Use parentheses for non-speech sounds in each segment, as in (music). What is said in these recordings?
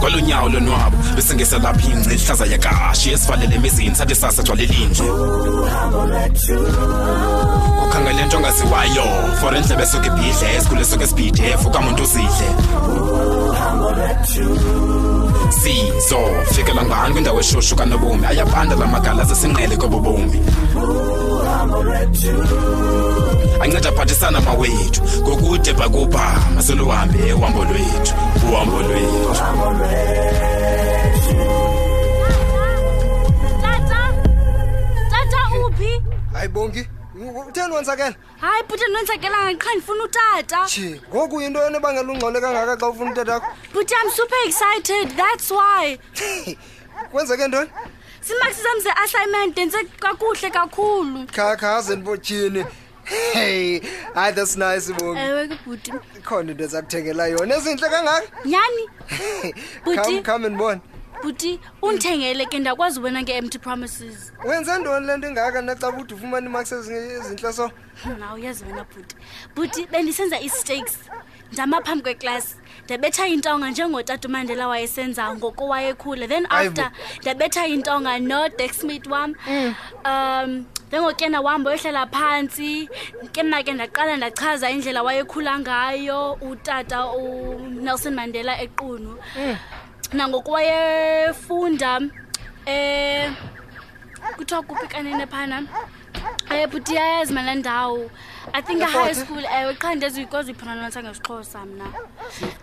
kwalonyawo lonwabo besingesa lapha ingci ihlaza yakashi esivalele emizini sathi sasa jwalelinje ukhangele nto ongaziwayo for endlebe esuke ibhidle esikhule esuke esibhidef ukamuntu uzidle sizo fikela ngani kwindawo eshushu kanobomi ayabanda la magala zesinqele kobobomi anceda aphathisana mawethu ngokude bhakubha maseluhambe uhambo lwethu uhambo lwethu tata tata uphi hayi bongi u- utheni wonzakela hayi bhuti ndonzakelanga qha ndifuna utata ji ngoku yinto enobangela ungcole kangaka xa ufuna utatakho bhuti i'm super excited that's why kwenzeke ntoni simaksi zam ze-assignment ndenze kakuhle kakhulu khakhaze ndibotshini hey hayi that's nice bongi ewe ke bhuti ikhona into ezakuthengela yona ezintle kangaka nyhani Bhuti. Come- come and bon bhuti undithengele ke ndakwazi ubona nge-empty promises wenze ntoni le nto ingaka naxa bude ufumane imaks ezintle so na uyazi wena bhuti bhuti bendisenza ii-stakes ndama phambi kweklasi ndabetha intonga njengotata umandela wayesenza ngoko wayekhula then Hayi after ndabetha intonga nodexmith wam um then ngokena wahamba oyohlala phantsi ke mna ke ndaqala ndachaza indlela wayekhula ngayo utata unelson mandela equnu nangoku wayefunda um kuthiwa kuphi kanene phana um bhuti yayazi mna le ndawo i think Efort, high eh? school ewe qha ndezikwazi uyipronounsa ngesixhosa mna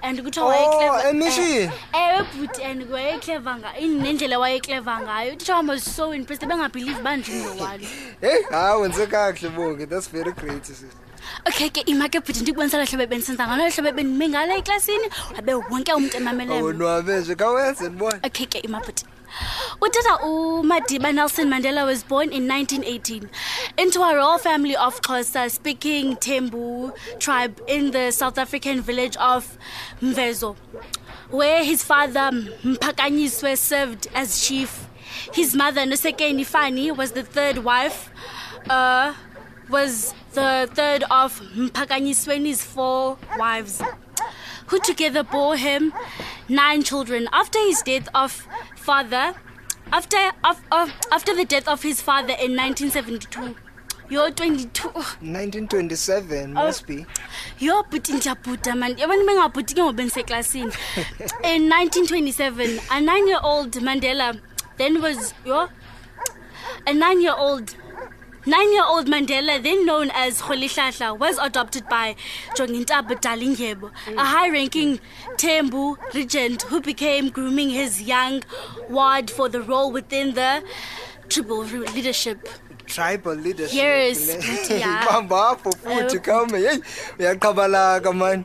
and kuthiwa Oh, wayeclever- eMission. eh, ewe bhuti and wayekleva nendlela wayekleva ngayo utitsha wam was so impressed bengabhelieve uba ndingowalo heyi hayi wenze kakuhle bongi that's very great sis okay ke imake bhuti ndikubonisa lo hlobo bendisenza ngalo hlobo bendime ngalo eklasini wabe wonke umntu Oh, emameleyo awonwabe nje khawenze ndibone okay ke imabhuti utata umadiba nelson mandela was born in 1918 into a royal family of xhosa speaking tembu tribe in the south african village of mvezo where his father mphakanyiswe served as chief his mother nosekeni fani was the third wife uh, was the third of mphakanyisweni's four wives who together bore him nine children. After his death of father, after of, of, after the death of his father in 1972, you're 22. 1927 must be You're putting Japuta, man. You're putting your In 1927, a nine-year-old Mandela then was your a nine-year-old. Nine-year-old Mandela, then known as Kholihlahla, was adopted by Jongintaba Dalindyebo, a high-ranking Tembu regent who became grooming his young ward for the role within the tribal ru- leadership. tribal leadership Yes, le. futhi, (laughs) yeah. Ibamba apho futhi kame yeyi uyaqhabalaka (laughs) mani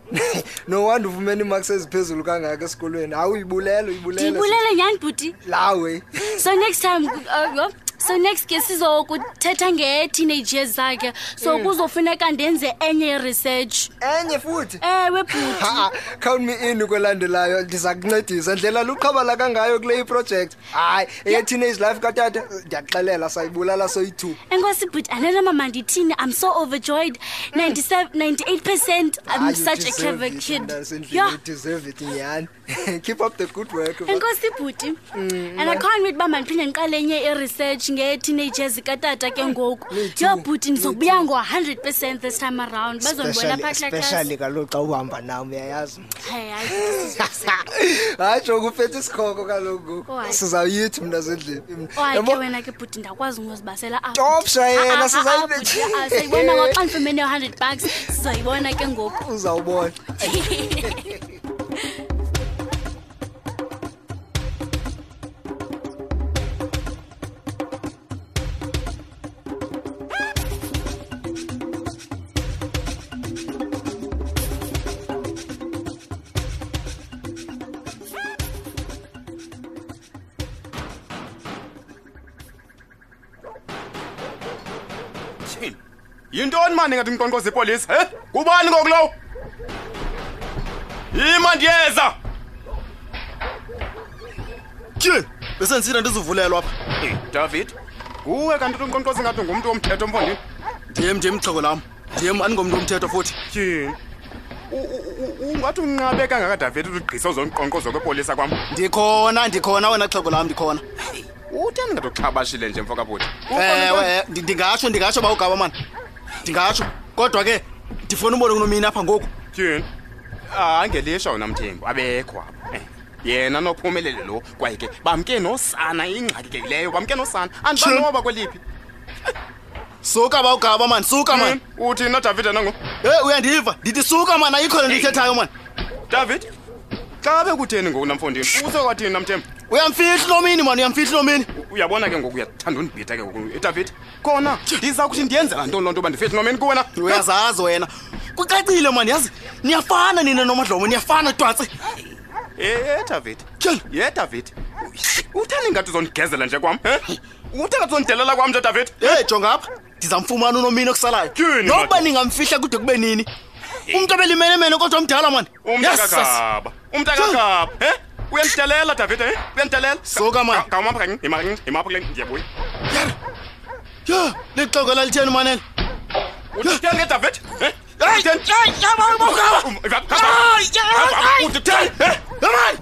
nowanda ufumene imaks eziphezulu kangaka esikolweni hawu uyibulele uyibulele Ndiyibulele nyhani bhuti. lawe so next time uh, yo, so next ke sizokuthetha nge-teenage years zakhe so Mm. kuzofuneka ndenze enye research enye futhi ewe bhuti Ha-ah, count me in kwelandelayo ndiza kuncedisa ndlela luqhabala kangayo kule iprojekthi hayi eye-teenage life katata ndiyakuxelela sayibulala soyi-two enkosi bhuti anenamama ndithini i'm so overjoyed 97 98 percent Ah, i'm such a clever kid Yeah. deserve it nyhani (laughs) keep up the good work man. enkosi bhuti Mm, and ikhona wet uba mandiphinde ndiqalenye i-research nge-teenagers zikatata ke ngoku Me too, yo bhuti me ndizobuya ngo-100 percent this time around bazondibona Especially- phakla especially kaloku xa uhamba nam uyayazi (laughs) hayi joko uphethe isikhoko kaloku Oh, hayi. sizawuyithi mna zendlini ohayi Oh, ke wena ke bhuti ndakwazi ungozibasela apha. Stop, Shayena, Ah, ah, sizayi- ah, bhuti, ah, sayibona ngoxa ndifumene u-hundred bucks sizoyibona ke ngoku uzawubona Tyhini? yintoni mani ingathi mqonqoza ipolisi he kubani ngoku lowo yima ndiyeza tyhini besendisile ndizivulelwa apha Eh, david kuwe kanti umqonqoza ingathi ngumntu womthetho mfondini ndim ndim xhego lam ndim andingomntu omthetho futhi tyhini u- u- u- ungathi unqabe kangakadaveti lugqisa uzomqonqozo kwepolisa kwam ndikhona ndikhona wena xhego lam ndikhona utheni ngadoxhabashile nje mfo kabhuti ewe eh, ndi- ndingatsho ndingatsho uba ugaba mani ndingatsho kodwa ke ndifuna ubone kunomini apha ngoku tyhini Ah, angelisha wona mthembu abekho apho Eh, yena nophumelele lo kwaye ke bamke nosana ingxaki ke yileyo bamke nosana Tyhini. andibanoba kweliphi suka ba ugaba mani suka mani Hmm? uthini nodavide nango heyi uyandiva ndithi suka mani ayikho le nto ithethayo mani david xa bekutheni ngoku namfondini uzokwathini namthembu uyamfihla unomini mani uyamfihla unomini uyabona ke ngoku uyathanda undibhitha ke ngoku Eh, edavid kona ndiza kuthi ndiyenzela ntoni loo nto uba ndifethi nomeni kuwena uyazazi wena kucacile mani yazi niyafana nina nomadlomo niyafana twatse edavid Tyhini. yedavid uthani ngathi uzondigezela nje kwam um uthani ngathi uzondidelela kwam nje david eyi jonga apha ndizamfumana unomini okusalayo Tyhini, nokuba madoda? ningamfihla kude kube nini umntu obelimenemene kodwa mdala mani umntakakaba umntakakaba e uyandidelela david e uyandidelela Suka, man. kawumapha kanye yima kanye yima apha kule ndiyabuya yho lixoko elalitheni manelo utheni ngedavid Eh? Hey, Utheni? hey, yabona ubaba. Um, iva- kaba- Ay, yabona, Kaba- ay. utheni? Eh?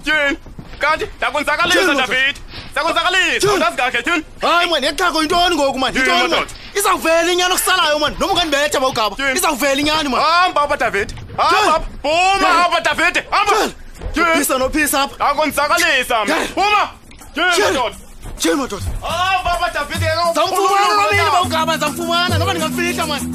tyhini kanti ndakonzakalisa Tyhini, madoda. david ndakonzakalisa Tyhini. andazi kakhe tyhini hayi mani yexhako yintoni ngoku mani Tyhini, yintoni mani madoda. izawuvela inyani okusalayo mani noma ungandibetha bawugaba Tyhini. izawuvela inyani mani hamba apha davide Tyhini. hamba apha. phuma Tyhini. apha davide hamba tyhini phisa nophisa apha ndakonzakalisa mna Tyhini. phuma tyhini Tyhini. madoda tyhini madoda hamba apha davide kaloku. zamfumana nomini bawugaba zamfumana noba ndingamfihla mani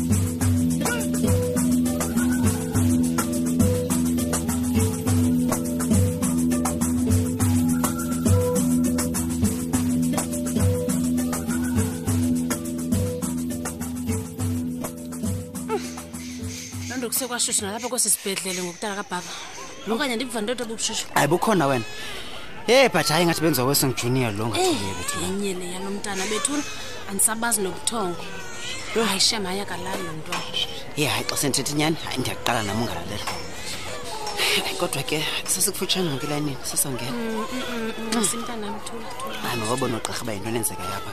loo nto kusekwashushu nalapha kwesi sibhedlele ngokutala kabhaba okanye ndiva ntoto bubushushu hayi bukhona wena ye but hayi ngathi benziwa kwesong junior lo Eh. yenye le yalo mntana bethuna andisabazi nobuthongo hayi shem hayi akalali lo mntwana ye hayi xa sendithetha nyani hayi ndiyaqala nam ungalalela Hayi, kodwa ke sesikufutshane ngoku elanini sesongena simntanam thula thula hayi mawabona oogqirha uba yintoni enzekayo apha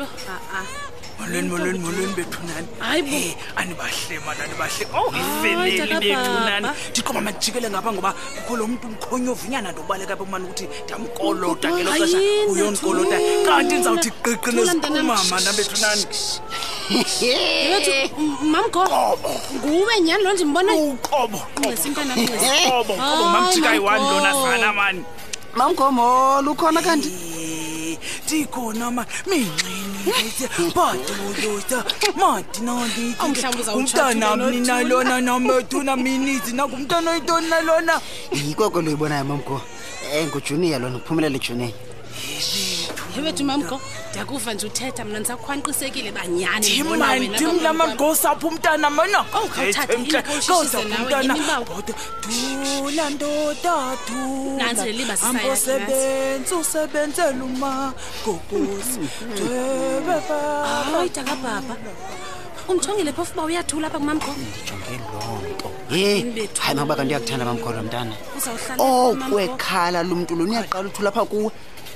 Ah, ah. yho a-a molweni molweni molweni bethunani Hayi bo. Eh, anibahle mana anibahle ow Hayi, ifemeli Taka bethunani Baba. ndixoba mandijikele ngapha ngoba kukho lo mntu mkhonyovunyana ndobaleka apha kumane ukuthi ndiyamkolota ngelo Hayi, xesha Nina, uyondikolota thula. kanti ndizawuthi qiqi Thula, mntanam. nesiphumama nabethunani yewethu mamgo nguwe nyhani loo nje mbona uqobo nxesi mntanam nxesi qobo qobo Hayi, mamjikayiwani my lona God. sana mani mamgomolo ukhona kanti Eh, ndikhona ma minxini badolosa Oh, mhlawumbi uzawutsho madinandiumntanam athule nina nothula. lona namethuna minizi nangumntana oyintoni nalona yikoko lo yibonayo mamgo um ngujunior lona uphumelele junior yewethu mamgo ndiyakuva nje uthetha mna ndisakhwanqisekile banyani mbona wena ndimandim la bantwana. magosa apha umntana mna Oh, khawuthathe inkosi usize nawe, yimibawu. dula ndoda Nantsi le liba sisayazi, nantsi. dulambosebenzi usebenzela uma gogosi Mm. hayi takabhaba undijongile phofu uba uyathula apha kumamgo ndijonge loo nto ye Ndibethu. hayi makuba kanti uyakuthanda mamgolo mntana uzawuhlala okwekhala lo mntu lona uyaqala uthula pha kuwe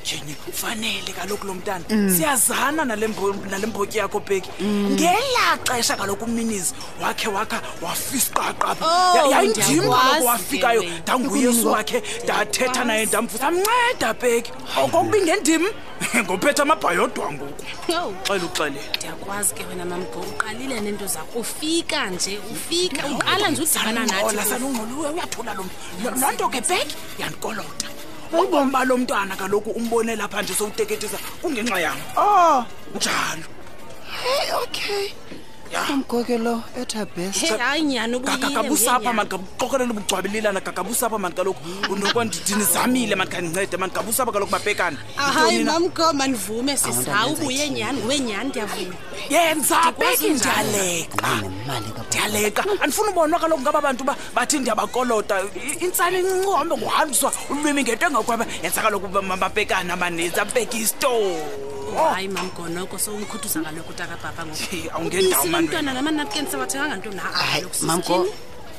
jeni fanele kaloku lo mntana siyazana nale mbo- nale mbotyi yakho bheki ngelaa xesha kaloku uminizi wakhe wakha wafisiqaqapha Oh, yayindim kaloku ndiyakwazi wafikayo ke wena. ndanguyesu wakhe ndathetha naye ndamfusa amnceda bheki okokuba (laughs) ingendim ngophetha amabhayodwa ngoku Yo. xela uxelela ndiyakwazi ke wena mamgo uqalile neento zakho ufika nje ufika uqala nje udibana nathi Sanungcola, sanungcola, uyathula lo mntu loo nto ke bheki yandikolota ubomi ba lo mntwana kaloku umbone lapha nje sowuteketisa kungenxa yam Ah. o njalo okay mamgoke lo ethabes Hey, hayi nyani gagabusapha mani gabuqokelele ubugcwabelelana gagabusapha mani kaloku Mm. unokwandidinizamile mani khandincede mani gabusapha kaloku babhekana hayi Yintoni na? mamgo mandivume sisa Awuntandenza ubuye nyani nguwe nyani ndiyavume yenza Ndikwazi bheki njalo. ndiyaleqa nemali kakhulu ndiyaleqa andifuna ubonwa kaloku ngaba bantu uba bathi ndiyabakolota I- intsana encinci uhambe ngohambiswa ulwimi ngento engakwaba yenza kaloku ba- mabapekana abaninzi apekistor Oh. Oh, hayi mamgo noko sowumkhuthuza kaloku utakabhaba ngoku Hey, awungendawo, Ubisi man, lomntwana namanapukeni sewathenganga nto na hayi mamgo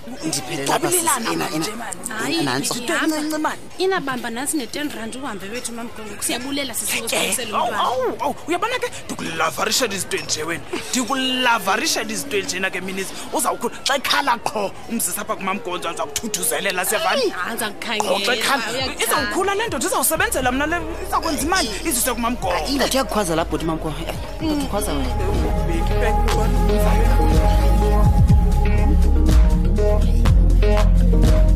ndiphelela apha sisi. Ucwabulelana Ina- manje, ina- mani. Hayi, nantso. Into encinane. inabamba nantsi ne-ten rand uhambe wethu mamgongo siyabulela Eh, sisiwesiliselo awu mntwana awu awu uyabona ke ndikulavarishela izinto enje wena ndikulavarishela izinto enjena ke minisi uzawukhula xa ekhala qho umzisa apha kumamgonzo ndiza kuthuthuzelela siyavani anza qho xa ekhala izawukhula le ndoda izawusebenzela mna le iza kwenza imali izise kumamgonzo indoda iyakukhwaza laa bhoti mamko ukhwaza wena Ubheki, ubheki, ubheki.